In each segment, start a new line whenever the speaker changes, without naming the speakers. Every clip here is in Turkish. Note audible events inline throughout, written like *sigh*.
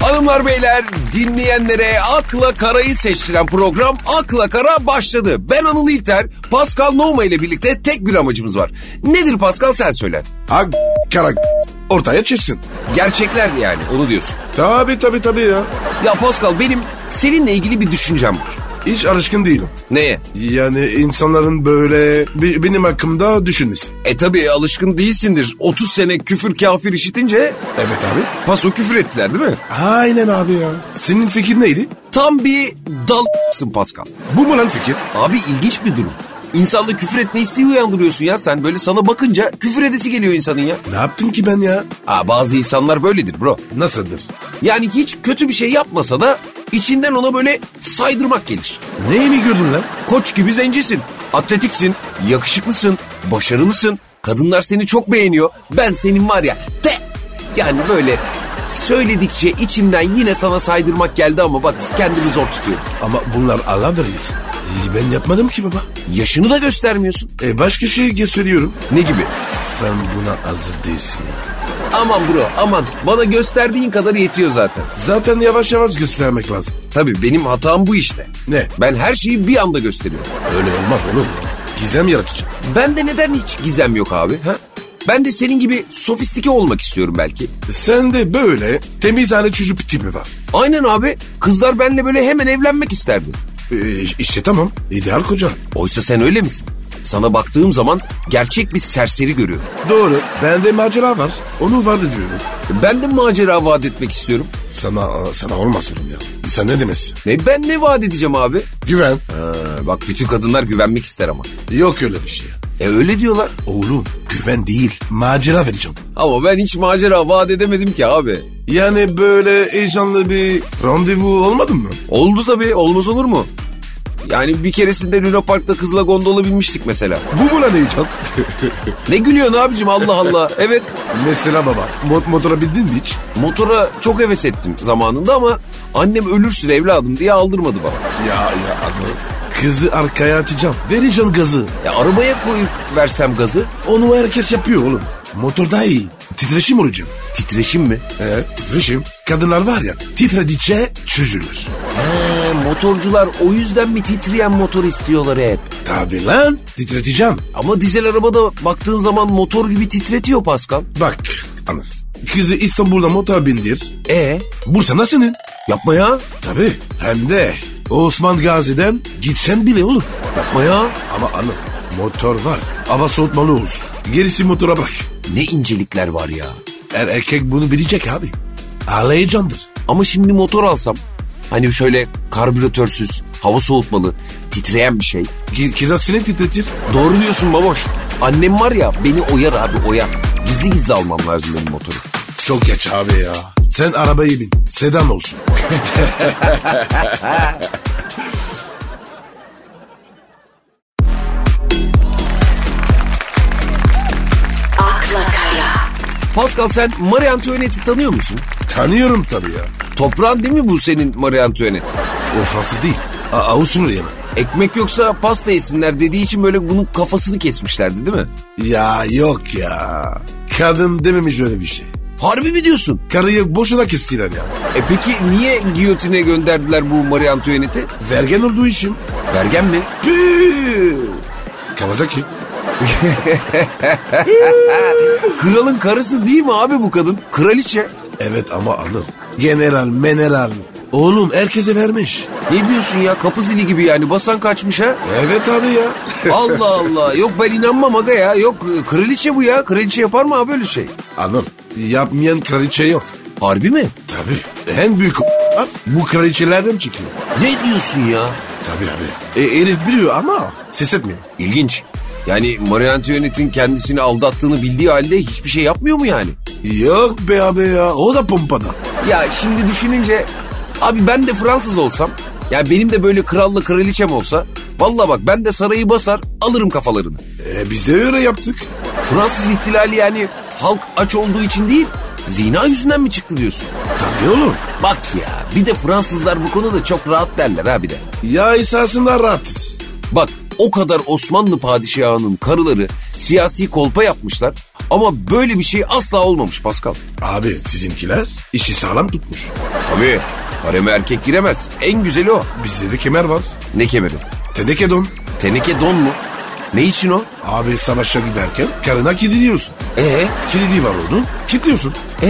Hanımlar beyler dinleyenlere akla karayı seçtiren program Akla Kara başladı. Ben Anıl İlter, Pascal Nohma ile birlikte tek bir amacımız var. Nedir Pascal sen söyle.
Ha kara ortaya çıksın.
Gerçekler yani onu diyorsun.
Tabi tabi tabi ya.
Ya Pascal benim seninle ilgili bir düşüncem var.
Hiç alışkın değilim.
Neye?
Yani insanların böyle bi- benim hakkımda düşünmesi.
E tabi alışkın değilsindir. 30 sene küfür kafir işitince
Evet abi.
paso küfür ettiler değil mi?
Aynen abi ya. Senin fikir neydi?
Tam bir dalsın Pascal.
Bu mu lan fikir?
Abi ilginç bir durum. İnsanda küfür etme isteği uyandırıyorsun ya sen. Böyle sana bakınca küfür edesi geliyor insanın ya.
Ne yaptın ki ben ya?
Aa, bazı insanlar böyledir bro.
Nasıldır?
Yani hiç kötü bir şey yapmasa da içinden ona böyle saydırmak gelir.
Neyi mi gördün lan?
Koç gibi zencisin, atletiksin, yakışıklısın, başarılısın. Kadınlar seni çok beğeniyor. Ben senin var ya te. Yani böyle söyledikçe içimden yine sana saydırmak geldi ama bak kendimi zor tutuyorum.
Ama bunlar Allah vergisi. İyi, Ben yapmadım ki baba.
Yaşını da göstermiyorsun.
E başka şey gösteriyorum.
Ne gibi?
Sen buna hazır değilsin.
Aman bro aman bana gösterdiğin kadar yetiyor zaten.
Zaten yavaş yavaş göstermek lazım.
Tabii benim hatam bu işte.
Ne?
Ben her şeyi bir anda gösteriyorum.
Öyle olmaz oğlum. Gizem yaratıcı.
Ben de neden hiç gizem yok abi? Ha? Ben de senin gibi sofistike olmak istiyorum belki.
Sen de böyle temizhane çocuk tipi var.
Aynen abi. Kızlar benimle böyle hemen evlenmek isterdi.
E, işte tamam. ideal koca.
Oysa sen öyle misin? Sana baktığım zaman gerçek bir serseri görüyorum.
Doğru. Bende macera var. Onu var da diyorum.
Ben de macera vaat etmek istiyorum.
Sana sana olmaz oğlum ya. Sen ne demesin?
Ne ben ne vaat edeceğim abi?
Güven.
Ha, bak bütün kadınlar güvenmek ister ama.
Yok öyle bir şey.
E öyle diyorlar.
Oğlum güven değil. Macera vereceğim.
Ama ben hiç macera vaat edemedim ki abi.
Yani böyle heyecanlı bir randevu olmadın mı?
Oldu tabii olmaz olur mu? Yani bir keresinde Luna Park'ta kızla gondola binmiştik mesela.
Bu mu lan heyecan? *laughs*
Ne gülüyorsun abicim Allah Allah. Evet
Mesela baba mot motora bindin mi hiç?
Motora çok heves ettim zamanında ama annem ölürsün evladım diye aldırmadı bana.
Ya ya abi. Kızı arkaya atacağım. Vereceğim gazı.
Ya arabaya koyup versem gazı
Onu herkes yapıyor oğlum. Motor daha iyi. Titreşim olacağım.
titreşim mi?
Evet titreşim. Ee, Kadınlar var ya titredikçe çözülür.
He, motorcular o yüzden mi titreyen motor istiyorlar hep?
Tabi lan titreteceğim.
Ama dizel arabada baktığın zaman motor gibi titretiyor Pascal.
Bak anlat. Kızı İstanbul'da motor bindir.
E
Bursa'da senin.
yapma ya
Tabi hem de Osman Gazi'den gitsen bile olur.
yapma ya.
Ama anıl motor var. Hava soğutmalı olsun. Gerisi motora bırak.
Ne incelikler var ya.
Er erkek bunu bilecek abi. Ağlayacağımdır.
Ama şimdi motor alsam hani şöyle karbüratörsüz, hava soğutmalı, titreyen bir şey.
Ki- Kıza sinek titretir.
Doğru diyorsun baboş. Annem var ya beni oyar abi oyar. Gizli gizli almam lazım benim motoru.
Çok geç abi ya. Sen arabayı bin. Sedan olsun.
akla kara,
Pascal sen Marie Antoinette'i tanıyor musun?
Tanıyorum tabii ya.
Toprağın değil mi bu senin Marie Antoinette?
O Fransız değil. A Avusturyalı.
Ekmek yoksa pasta yesinler dediği için böyle bunun kafasını kesmişlerdi değil mi?
Ya yok ya. Kadın dememiş öyle bir şey.
Harbi mi diyorsun?
Karıyı boşuna kestiler ya.
E peki niye giyotine gönderdiler bu Marie Antoinette'i?
Vergen olduğu için.
Vergen mi?
Püü. Kawasaki.
Kralın karısı değil mi abi bu kadın? Kraliçe.
Evet ama alır. General, meneral. Oğlum herkese vermiş.
Ne diyorsun ya kapı zili gibi yani basan kaçmış ha?
Evet abi ya. *laughs*
Allah Allah yok ben inanmam aga ya yok e, kraliçe bu ya kraliçe yapar mı abi öyle şey?
Anıl yapmayan kraliçe yok.
Harbi mi?
Tabii. En büyük o**lar bu kraliçelerden çıkıyor.
Ne diyorsun ya?
Tabii abi. E, herif biliyor ama ses etmiyor.
İlginç. Yani Marie Antoinette'in kendisini aldattığını bildiği halde hiçbir şey yapmıyor mu yani?
Yok be abi ya. O da pompada.
Ya şimdi düşününce abi ben de Fransız olsam ya benim de böyle kralla kraliçem olsa valla bak ben de sarayı basar alırım kafalarını.
E, biz de öyle yaptık.
Fransız ihtilali yani halk aç olduğu için değil zina yüzünden mi çıktı diyorsun?
Tabii oğlum.
Bak ya bir de Fransızlar bu konuda çok rahat derler ha bir de.
Ya esasında rahatız.
Bak o kadar Osmanlı padişahının karıları siyasi kolpa yapmışlar. Ama böyle bir şey asla olmamış Pascal.
Abi sizinkiler işi sağlam tutmuş.
Tabii hareme erkek giremez. En güzeli o.
Bizde de kemer var.
Ne kemeri?
Teneke don.
Teneke don mu? Ne için o?
Abi savaşa giderken karına kilitliyorsun.
Ee,
Kilidi var onun. Kilitliyorsun.
ee.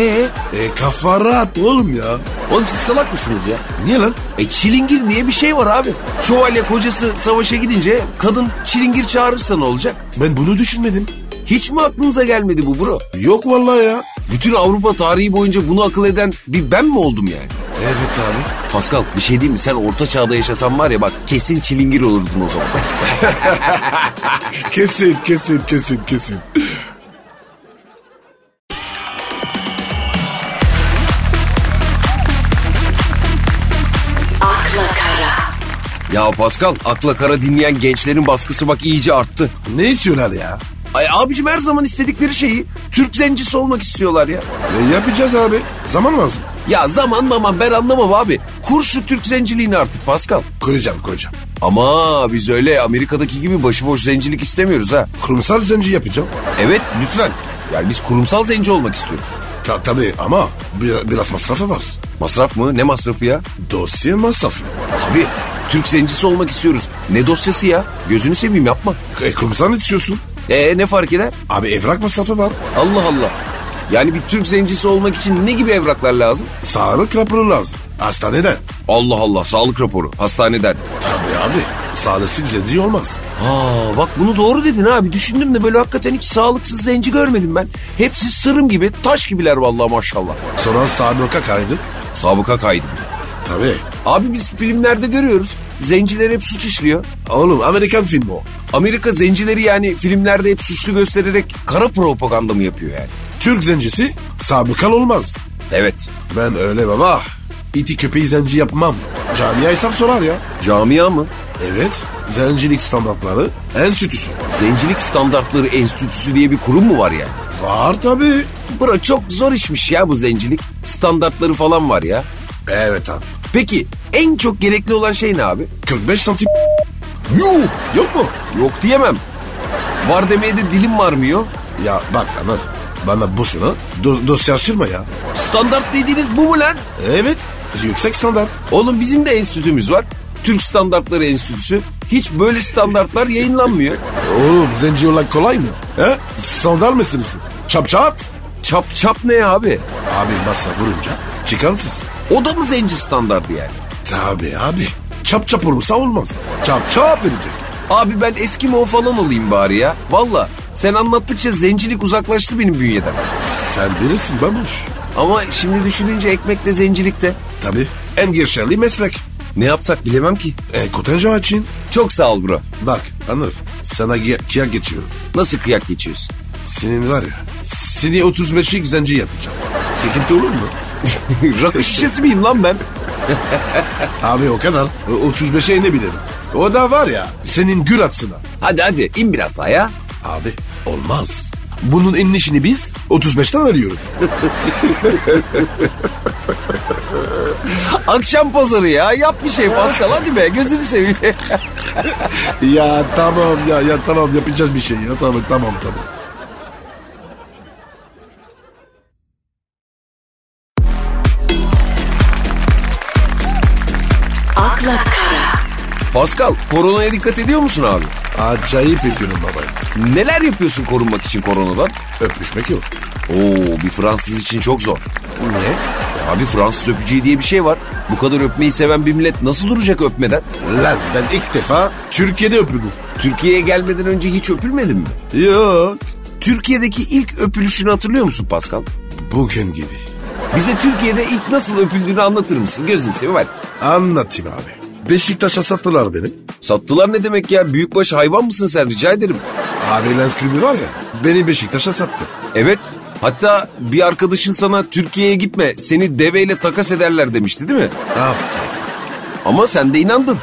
E kafa rahat oğlum ya.
Oğlum siz salak mısınız ya?
Niye lan?
E çilingir diye bir şey var abi. Şövalye kocası savaşa gidince kadın çilingir çağırırsa ne olacak?
Ben bunu düşünmedim.
Hiç mi aklınıza gelmedi bu bro?
Yok vallahi ya.
Bütün Avrupa tarihi boyunca bunu akıl eden bir ben mi oldum yani?
Evet abi.
Pascal bir şey diyeyim mi? Sen orta çağda yaşasan var ya bak kesin çilingir olurdun o zaman. *laughs*
Kesin kesin kesin kesin.
akla kara,
ya Pascal akla kara dinleyen gençlerin baskısı bak iyice arttı.
Ne istiyorlar ya?
Ay abicim her zaman istedikleri şeyi Türk zencisi olmak istiyorlar ya.
Ne E, yapacağız abi? Zaman lazım.
Ya zaman zaman ben anlamam abi. Kur şu Türk zenciliğini artık Pascal.
Kuracağım kuracağım.
Ama biz öyle Amerika'daki gibi başıboş zencilik istemiyoruz ha.
Kurumsal zenci yapacağım.
Evet lütfen. Yani biz kurumsal zenci olmak istiyoruz.
Ta, tabii ama bir- biraz masrafı var.
Masraf mı? Ne masrafı ya?
Dosya masrafı.
Abi Türk zencisi olmak istiyoruz. Ne dosyası ya? Gözünü seveyim yapma.
E, kurumsal istiyorsun.
Ee ne fark eder?
Abi evrak masrafı var.
Allah Allah. Yani bir Türk zencisi olmak için ne gibi evraklar lazım?
Sağlık raporu lazım. Hastaneden.
Allah Allah sağlık raporu hastaneden.
Tabii abi. Sağlıksız zenci olmaz.
Aa bak bunu doğru dedin abi. Düşündüm de böyle hakikaten hiç sağlıksız zenci görmedim ben. Hepsi sırım gibi taş gibiler vallahi maşallah.
Sonra sabıka kaydı.
Sabıka kaydı. bir de.
Tabii.
Abi biz filmlerde görüyoruz. Zenciler hep suç işliyor.
Oğlum Amerikan filmi o.
Amerika zencileri yani filmlerde hep suçlu göstererek kara propaganda mı yapıyor yani?
Türk zencisi sabıkalı olmaz.
Evet.
Ben öyle baba. İti köpeği zenci yapmam. Camiye hesap sorar ya.
Camia mı?
Evet. Zencilik standartları en sütüsü.
Zencilik Standartları Enstitüsü diye bir kurum mu var yani?
Var tabii.
Bro çok zor işmiş ya bu zencilik. Standartları falan var ya.
Evet abi.
Peki en çok gerekli olan şey ne abi?
45 santim
Yuh!
yok mu?
Yok diyemem. Var demeye de dilim varmıyor.
Ya bak anlat. Bana boşuna do- dosya açırma ya.
Standart dediğiniz bu mu lan?
Evet. Yüksek standart.
Oğlum bizim de enstitümüz var. Türk Standartları Enstitüsü. Hiç böyle standartlar yayınlanmıyor.
Oğlum zenci olmak kolay mı? He? Sandal mısınız? Çap çap.
Çap çap ne abi?
Abi masa vurunca çıkansız.
O da mı zenci standardı yani?
Tabii abi. Çap çap olursa olmaz. Çap çap verecek.
Abi ben eski Mo falan olayım bari ya. Valla sen anlattıkça zencilik uzaklaştı benim bünyeden.
Sen bilirsin babuş.
Ama şimdi düşününce ekmekte zencilikte.
Tabii. En geçerli meslek.
Ne yapsak bilemem ki.
E, kotenja için.
Çok sağ ol bro.
Bak Anır sana gi- kıyak geçiyorum.
Nasıl kıyak geçiyorsun?
Senin var ya. Seni 35'lik zenci yapacağım. Sıkıntı olur mu?
Rakı şişesi miyim lan ben?
Abi o kadar. E, O 35'e ne bilirim. O da var ya senin gür atsına.
Hadi hadi in biraz daha ya.
Abi olmaz. Bunun en işini biz 35'ten arıyoruz.
Akşam pazarı ya yap bir şey Pascal hadi be gözünü seveyim.
*laughs* ya tamam ya ya tamam yapacağız bir şey ya tamam tamam tamam.
akla kara,
*laughs* Pascal koronaya dikkat ediyor musun abi?
Acayip ediyorum baba.
Neler yapıyorsun korunmak için koronadan?
Öpüşmek yok.
Oo bir Fransız için çok zor.
Niye?
E abi Fransız öpücüğü diye bir şey var. Bu kadar öpmeyi seven bir millet nasıl duracak öpmeden?
Lan ben ilk defa Türkiye'de öpüldüm.
Türkiye'ye gelmeden önce hiç öpülmedin mi?
Yok.
Türkiye'deki ilk öpülüşünü hatırlıyor musun Pascal?
Bugün gibi.
Bize Türkiye'de ilk nasıl öpüldüğünü anlatır mısın? Gözünü seveyim hadi.
Anlatayım abi. Beşiktaş'a sattılar beni.
Sattılar ne demek ya? Büyükbaş hayvan mısın sen rica ederim.
Abi Lens Kulübü var ya. Beni Beşiktaş'a sattı.
Evet hatta bir arkadaşın sana Türkiye'ye gitme seni deveyle takas ederler demişti değil mi?
Ne yaptı?
Ama sen de inandın.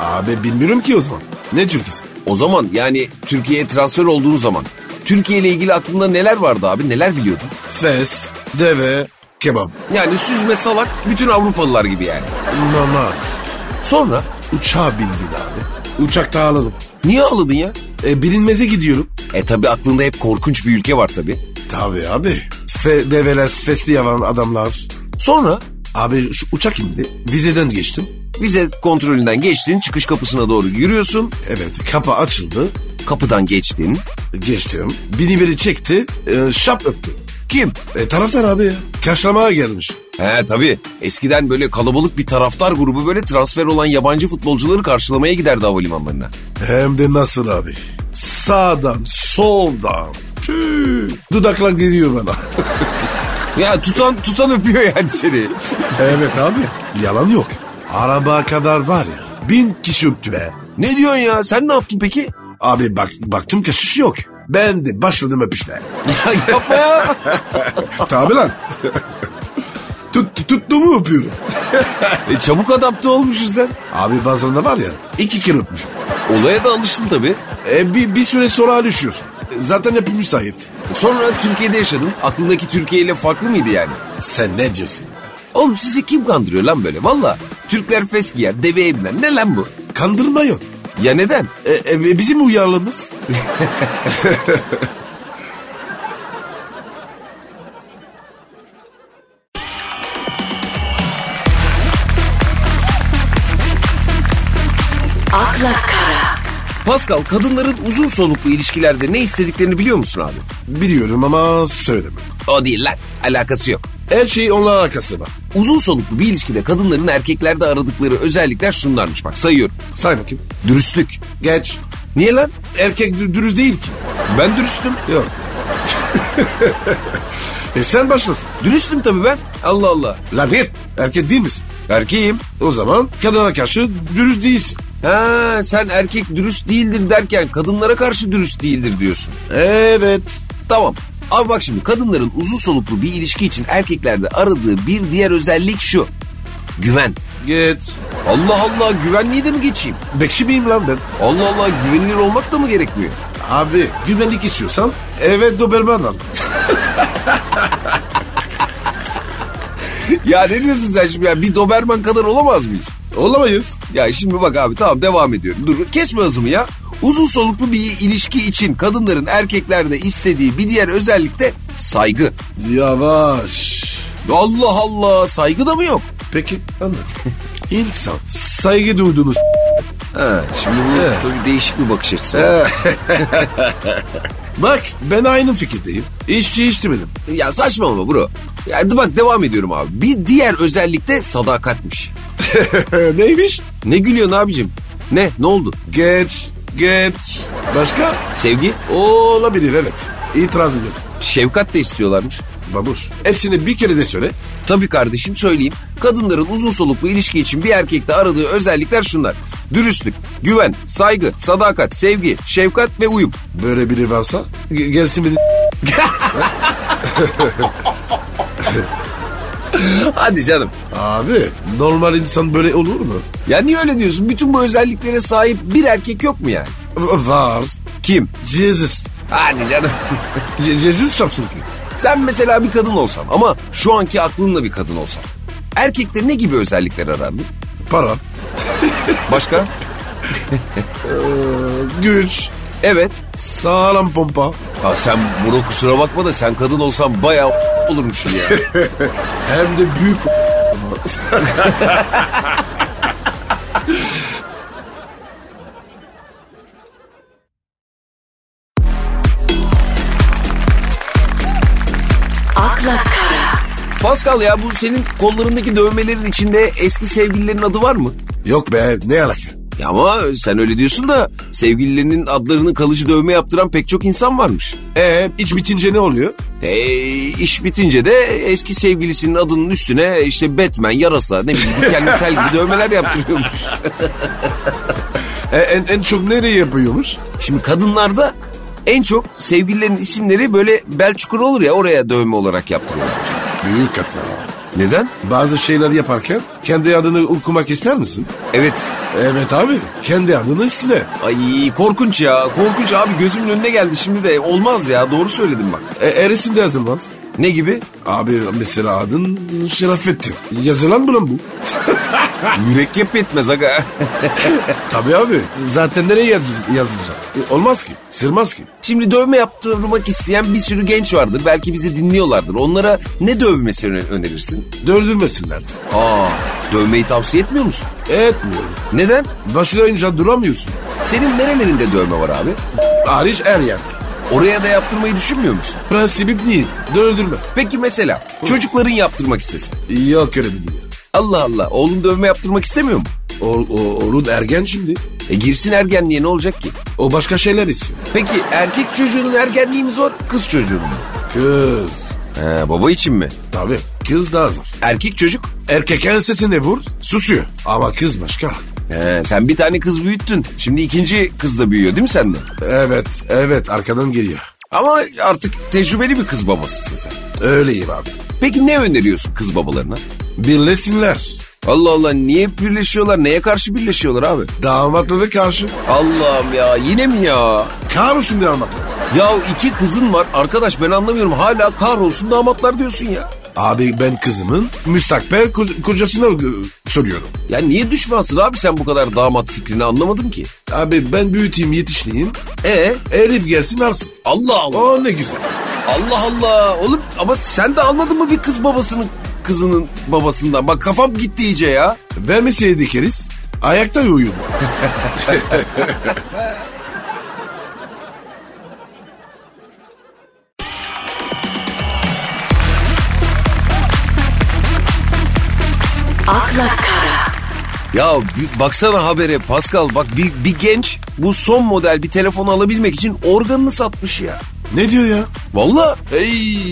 Abi bilmiyorum ki o zaman. Ne Türk'üsü?
O zaman yani Türkiye'ye transfer olduğun zaman Türkiye ile ilgili aklında neler vardı abi neler biliyordun?
Fes, deve, kebap.
Yani süzme salak bütün Avrupalılar gibi yani.
Namaz.
Sonra
Uçağa bindin abi. Uçakta ağladım.
niye ağladın ya?
E, bilinmeze gidiyorum.
E tabi aklında hep korkunç bir ülke var tabi.
Tabii abi. Fe, develes, fesli yavan adamlar.
Sonra
Abi şu uçak indi. Vizeden geçtim.
vize kontrolünden geçtin, çıkış kapısına doğru yürüyorsun,
Evet kapı açıldı.
kapıdan geçtin.
Geçtim. Bini biri çekti. e, şap öptü.
Kim?
E, taraftar abi ya. Karşılamaya gelmiş.
He tabii. Eskiden böyle kalabalık bir taraftar grubu böyle transfer olan yabancı futbolcuları karşılamaya giderdi havalimanlarına.
Hem de nasıl abi. Sağdan, soldan. Püh. Dudakla geliyor bana.
Ya tutan tutan öpüyor yani seni.
evet abi. Yalan yok. Araba kadar var ya. Bin kişi öptü be.
ne diyorsun ya? Sen ne yaptın peki?
Abi bak baktım kaçış yok. Ben de başladım öpüşle.
Ya yapma ya.
Tabi lan. Tut, tuttuğumu öpüyorum.
E, çabuk adapte olmuşsun sen.
Abi bazen de var ya iki kere öpmüşüm.
Olaya da alıştım tabii.
E, bir, bir süre sonra düşüyorsun. Zaten hepimiz sahip.
Sonra Türkiye'de yaşadım. Aklındaki Türkiye ile farklı mıydı yani?
Sen ne diyorsun?
Oğlum sizi kim kandırıyor lan böyle? Valla Türkler fes giyer, deveye biner. Ne lan bu?
Kandırma yok.
Ya neden?
E, e, bizim uyarlığımız.
akla kara,
Pascal kadınların uzun soluklu ilişkilerde ne istediklerini biliyor musun abi?
Biliyorum ama söyleme.
O değil lan. Alakası yok.
Her şey onunla alakası var.
Uzun soluklu bir ilişkide kadınların erkeklerde aradıkları özellikler şunlarmış bak sayıyorum.
Say bakayım.
Dürüstlük.
Geç.
Niye lan? E,
Erkek dü- dürüst değil ki.
Ben dürüstüm.
Yok. *laughs* e sen başlasın.
Dürüstüm tabii ben. Allah Allah.
Lan hep erkek değil misin?
Erkeğim.
O zaman kadına karşı dürüst değilsin.
Ha sen erkek dürüst değildir derken kadınlara karşı dürüst değildir diyorsun.
Evet.
Tamam. Abi bak şimdi kadınların uzun soluklu bir ilişki için erkeklerde aradığı bir diğer özellik şu. Güven.
Geç.
Allah Allah güvenliği de mi geçeyim?
Bekçi miyim lan ben?
Allah Allah güvenilir olmak da mı gerekmiyor? *laughs*
Abi güvenlik istiyorsan eve Doberman al.
ya ne diyorsun sen şimdi ya bir Doberman kadar olamaz mıyız?
Olamayız.
Ya şimdi bak abi tamam devam ediyorum. Dur kesme hızımı ya. Uzun soluklu bir ilişki için kadınların erkeklerde istediği bir diğer özellik de saygı.
Yavaş.
Allah Allah saygı da mı yok?
Peki anladım. İnsan saygı duyduğunuz
Ha, şimdi bu
Evet.
tabii değişik bir bakış açısı.
Bak ben aynı fikirdeyim. İşçi işçi benim. *laughs*
Ya saçmalama bro. Ya hadi bak devam ediyorum abi. Bir diğer özellik de sadakatmiş.
Neymiş?
Ne gülüyorsun abicim? Ne? Ne oldu?
Geç, geç. Başka?
Sevgi?
Olabilir evet. İtirazım yok.
Şefkat de istiyorlarmış.
Babuş. Hepsini bir kere de söyle.
Tabii kardeşim söyleyeyim. Kadınların uzun soluklu ilişki için bir erkekte aradığı özellikler şunlar. Dürüstlük, güven, saygı, sadakat, sevgi, şefkat ve uyum. *laughs*
Böyle biri varsa ge- gelsin beni.
Hadi canım.
Abi normal insan böyle olur mu?
Ya niye öyle diyorsun? Bütün bu özelliklere sahip bir erkek yok mu yani?
V- var.
Kim?
Jesus.
Hadi canım. *laughs*
Je- Jesus yapsın ki.
Sen mesela bir kadın olsan ama şu anki aklınla bir kadın olsan. Erkekte ne gibi özellikler arardın?
Para,
Başka?
güç,
Evet.
sağlam pompa.
Ya sen bro kusura bakma da sen kadın olsan bayağı *laughs* olurmuşsun ya.
Hem de büyük
akla kara,
Pascal ya bu senin kollarındaki dövmelerin içinde eski sevgililerin adı var mı?
Yok be ne alaka?
Ya ama sen öyle diyorsun da sevgililerinin adlarını kalıcı dövme yaptıran pek çok insan varmış.
E iç bitince ne oluyor?
E, iş bitince de eski sevgilisinin adının üstüne işte Batman, yarasa, ne bileyim dikenli tel gibi dövmeler yaptırıyormuş.
E, en, en çok nereye yapıyormuş?
Şimdi kadınlarda en çok sevgililerin isimleri böyle bel çukuru olur ya oraya dövme olarak yaptırıyorlar.
Büyük hata.
Neden?
Bazı şeyler yaparken kendi adını okumak ister misin?
Evet.
Evet abi kendi adını üstüne.
Ay korkunç ya. Korkunç abi gözümün önüne geldi şimdi de. Olmaz ya doğru söyledim bak.
E, erisinde yazılmaz.
Ne gibi?
Abi mesela adın Şerafettin. Yazılan mı lan bu?
Mürekkep yetmez aga. *laughs*
Tabii abi. Zaten nereye yaz- yazacağım? E, olmaz ki. Sırmaz ki.
Şimdi dövme yaptırmak isteyen bir sürü genç vardır. Belki bizi dinliyorlardır. Onlara ne dövmesi öne- önerirsin?
Dördürmesinler.
Aa, dövmeyi tavsiye etmiyor musun?
Etmiyorum.
Neden?
Başına ince duramıyorsun.
Senin nerelerinde dövme var abi?
Hariç her yerde.
Oraya da yaptırmayı düşünmüyor musun?
Prensibim değil. Dördürme.
Peki mesela çocukların yaptırmak istesin.
Yok öyle bir dünya.
Allah Allah oğlun dövme yaptırmak istemiyor mu?
O, o, onun ergen şimdi.
E girsin ergenliğe ne olacak ki?
O başka şeyler istiyor.
Peki erkek çocuğunun ergenliği mi zor kız çocuğunun mu?
Kız.
He, baba için mi?
Tabii. Kız daha zor.
Erkek çocuk?
Erkek ensesine vur. Susuyor. Ama kız başka.
He, sen bir tane kız büyüttün. Şimdi ikinci kız da büyüyor değil mi sende?
Evet. Evet. Arkadan geliyor.
Ama artık tecrübeli bir kız babasısın sen.
Öyleyim abi.
Peki ne öneriyorsun kız babalarına?
Birlesinler.
Allah Allah niye birleşiyorlar? Neye karşı birleşiyorlar abi?
Damatla da karşı.
Allah'ım ya yine mi ya?
Kahrolsun damatlar.
Ya iki kızın var arkadaş ben anlamıyorum hala kahrolsun damatlar diyorsun ya.
Abi ben kızımın müstakbel ko- kocasına e, soruyorum.
Ya niye düşmansın abi sen bu kadar damat fikrini anlamadım ki.
Abi ben büyüteyim yetişleyeyim.
E
Elif gelsin alsın.
Allah Allah.
O ne güzel.
Allah Allah. Oğlum ama sen de almadın mı bir kız babasının kızının babasından? Bak kafam gitti iyice ya.
Vermeseydi keriz. Ayakta uyuyor.
akla kara,
Ya bir baksana habere Pascal bak bir, bir genç bu son model bir telefon alabilmek için organını satmış ya.
Ne diyor ya?
Valla
Ey.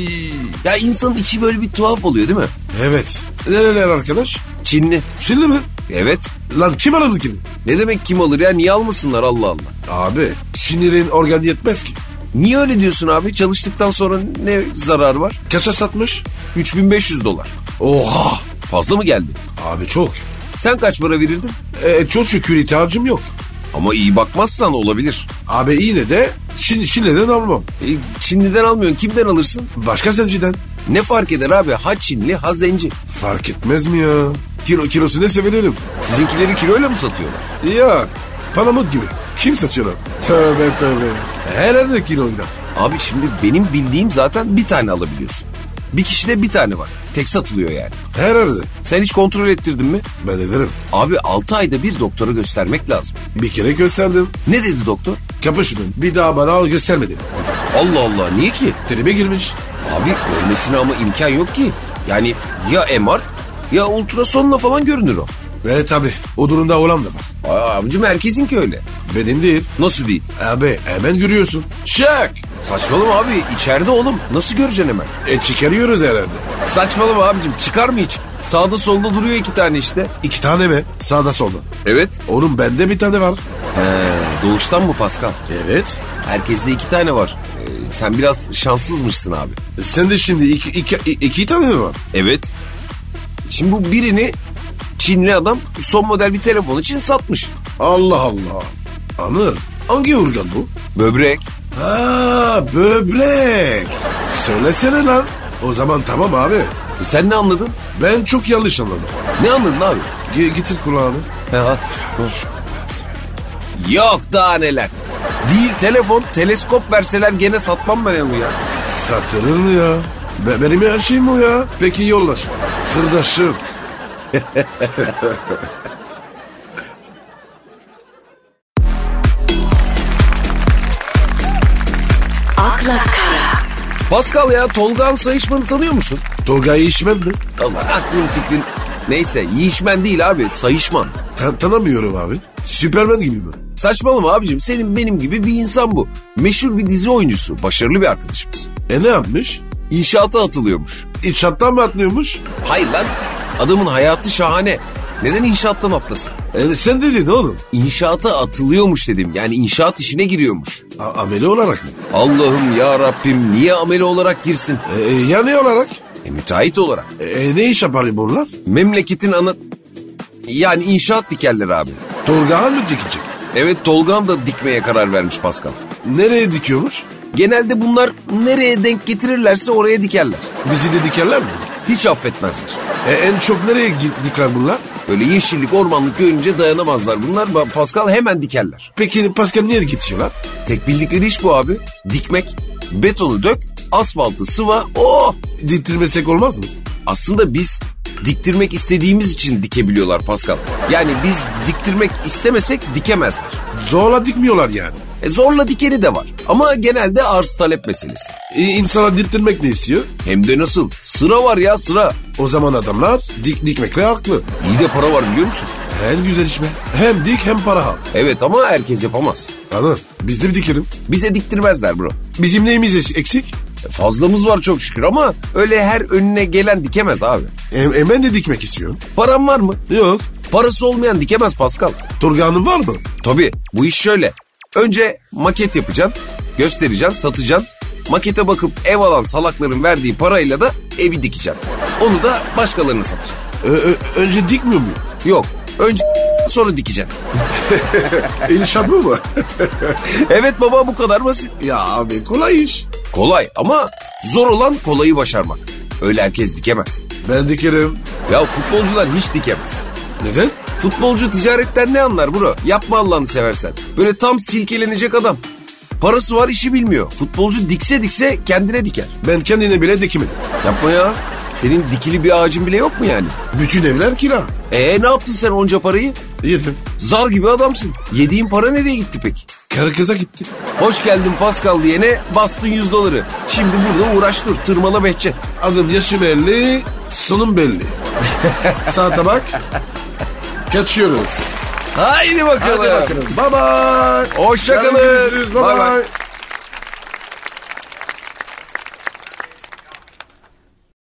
ya insanın içi böyle bir tuhaf oluyor değil mi?
Evet. Nereler arkadaş?
Çinli.
Şimdi mi?
Evet.
Lan kim aradı ki?
Ne demek kim alır ya niye almasınlar Allah Allah.
Abi Çinlilerin organı yetmez ki.
Niye öyle diyorsun abi? Çalıştıktan sonra ne zarar var?
Kaça satmış?
3500 dolar.
Oha.
Fazla mı geldi?
Abi çok.
Sen kaç para verirdin?
E, çok şükür ihtiyacım yok.
Ama iyi bakmazsan olabilir.
Abi yine de Çin, Çinli'den almam.
E, Çinli'den almıyorsun. Kimden alırsın?
Başka zenciden.
Ne fark eder abi? Ha Çinli ha zenci.
Fark etmez mi ya? Kilo, kilosu ne severim.
Sizinkileri kiloyla mı satıyorlar?
Yok. Palamut gibi. Kim satıyor? Tövbe tövbe. Herhalde kiloyla.
Abi şimdi benim bildiğim zaten bir tane alabiliyorsun. Bir kişide bir tane var. Tek satılıyor yani.
Herhalde.
Sen hiç kontrol ettirdin mi?
Ben ederim.
Abi 6 ayda bir doktora göstermek lazım.
Bir kere gösterdim.
Ne dedi doktor?
Kapışın. Bir daha bana al göstermedi.
Allah Allah niye ki?
Tribe girmiş.
Abi görmesine ama imkan yok ki. Yani ya MR ya ultrasonla falan görünür o.
Ve tabi o durumda olan da var.
Aa, abicim herkesinki öyle.
Benim değil.
Nasıl değil?
Abi hemen görüyorsun. Şak.
Saçmalama abi içeride oğlum. Nasıl göreceksin hemen?
E çıkarıyoruz herhalde.
Saçmalama abicim çıkar mı hiç? Sağda solda duruyor iki tane işte.
İki tane mi? Sağda solda.
Evet.
Onun bende bir tane var.
He, doğuştan mı Pascal?
Evet.
Herkeste iki tane var. Ee, sen biraz şanssızmışsın abi.
E, Sen de şimdi iki, iki, i- iki tane mi var?
Evet. Şimdi bu birini Çinli adam son model bir telefon için satmış.
Allah Allah. Anı. Hangi organ bu?
Böbrek.
Ha böbrek. Söylesene lan. O zaman tamam abi.
E, sen ne anladın?
Ben çok yanlış anladım.
Ne anladın abi?
Ge- getir kulağını.
Yok daha neler. Değil telefon, teleskop verseler gene satmam ben onu ya.
Satılır mı ya? Be- benim her şeyim o ya. Peki yollaş. Sırdaşım.
akla kara,
Pascal ya Tolga'nın sayışmanı tanıyor musun?
Tolga'yı içmem mi?
Allah aklın fikrin. Neyse yiyişmen değil abi sayışman.
Ta- tanımıyorum abi. Süpermen gibi mi?
Saçmalama abicim senin benim gibi bir insan bu. Meşhur bir dizi oyuncusu, başarılı bir arkadaşımız.
E ne yapmış?
İnşaata atılıyormuş.
İç hattan mı atlıyormuş?
Hayır lan adamın hayatı şahane. Neden inşaattan atlasın?
E, sen dedin oğlum.
İnşaata atılıyormuş dedim. Yani inşaat işine giriyormuş.
A- ameli olarak mı?
Allah'ım ya Rabbim niye ameli olarak girsin?
E, e, ya ne olarak?
E, müteahhit olarak.
E, e, ne iş yapar bunlar?
Memleketin ana... Yani inşaat dikerler abi.
Tolga mı dikecek?
Evet Tolgan da dikmeye karar vermiş Pascal.
Nereye dikiyormuş?
Genelde bunlar nereye denk getirirlerse oraya dikerler.
Bizi de dikerler mi?
Hiç affetmezler.
E, en çok nereye gi- diker bunlar?
Böyle yeşillik, ormanlık görünce dayanamazlar. Bunlar Ba- Pascal hemen dikerler.
Peki Pascal niye gidiyorlar?
Tek bildikleri iş bu abi. Dikmek. Betonu dök, asfaltı sıva. Oh!
Diktirmesek olmaz mı?
Aslında biz diktirmek istediğimiz için dikebiliyorlar Pascal. Yani biz diktirmek istemesek dikemezler.
Zorla dikmiyorlar yani.
E zorla dikeni de var. Ama genelde arz talep meselesi.
E, insana diktirmek ne istiyor?
Hem de nasıl? Sıra var ya sıra.
O zaman adamlar dik dikmekle haklı.
İyi de para var biliyor musun?
En güzel iş be. Hem dik hem para al.
Evet ama herkes yapamaz.
Anladın? Biz de bir dikelim.
Bize diktirmezler bro. E,
Bizim neyimiz eş- eksik?
Fazlamız var çok şükür ama öyle her önüne gelen dikemez abi.
E, e, ben de dikmek istiyorum.
Param var mı?
Yok.
Parası olmayan dikemez Pascal.
Turgan'ın var mı?
Tabii bu iş şöyle. Önce maket yapacaksın, göstereceksin, satacaksın. Makete bakıp ev alan salakların verdiği parayla da evi dikeceksin. Onu da başkalarına satacaksın.
Ö- ö- önce dikmiyor *laughs* muyum?
Yok. Önce sonra dikeceksin. *laughs*
El şabı mı? *laughs*
Evet baba bu kadar basit.
ya abi kolay iş.
Kolay ama zor olan kolayı başarmak. Öyle herkes dikemez.
Ben dikerim.
Ya futbolcular hiç dikemez.
Neden?
Futbolcu ticaretten ne anlar bro? Yapma Allah'ını seversen. Böyle tam silkelenecek adam. Parası var işi bilmiyor. Futbolcu dikse dikse kendine diker.
Ben kendine bile dikemedim.
Yapma ya. Senin dikili bir ağacın bile yok mu yani?
Bütün evler kira.
Ee ne yaptın sen onca parayı?
Yedim.
Zar gibi adamsın. Yediğin para nereye gitti peki?
Karı kıza gitti.
Hoş geldin Pascal diyene bastın 100 doları. Şimdi burada uğraş dur. Tırmala Behçet.
Adım yaşım belli, sonum *laughs* belli. Saate bak. Kaçıyoruz.
Haydi bakalım.
Hadi bakalım. Bye bye.
Hoşça
Yarın
kalın.
görüşürüz. Bye
Bye
bye.
bye.